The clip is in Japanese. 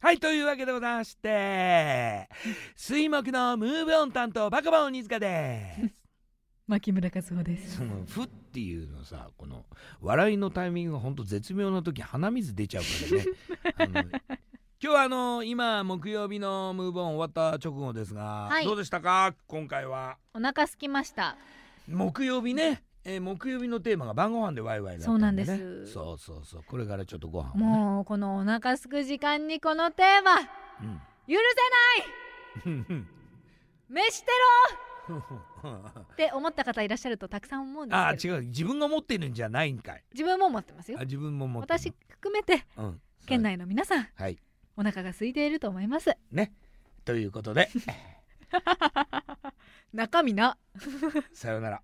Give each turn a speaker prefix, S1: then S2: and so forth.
S1: はいというわけでございまして水木のムーブオン担当バカバン鬼塚です
S2: 牧村和穂です。
S1: その「ふ」っていうのさこの笑いのタイミングがほんと絶妙な時鼻水出ちゃうから ねあの今日はあの今木曜日のムーブオン終わった直後ですが、
S3: はい
S1: どうでしたか今回は
S3: お腹空きました。
S1: 木曜日ね、えー木曜日のテーマが晩ご飯でワイワイだったんで、ね、
S3: そうなんです
S1: そうそうそうこれからちょっとご飯をね、
S3: もうこのお腹空く時間にこのテーマ許
S1: うん
S3: せない
S1: うんうん
S3: 飯テロって思った方いらっしゃるとたくさん思うんです
S1: ああ
S3: けど
S1: 違う自分が持ってるんじゃないんかい
S3: 自分も思ってますよ
S1: あ自分も持ってる
S3: 私含めて
S1: うん
S3: 県内の皆さん
S1: はい
S3: お腹が空いていると思います
S1: ねということで
S3: 中身な
S1: さようなら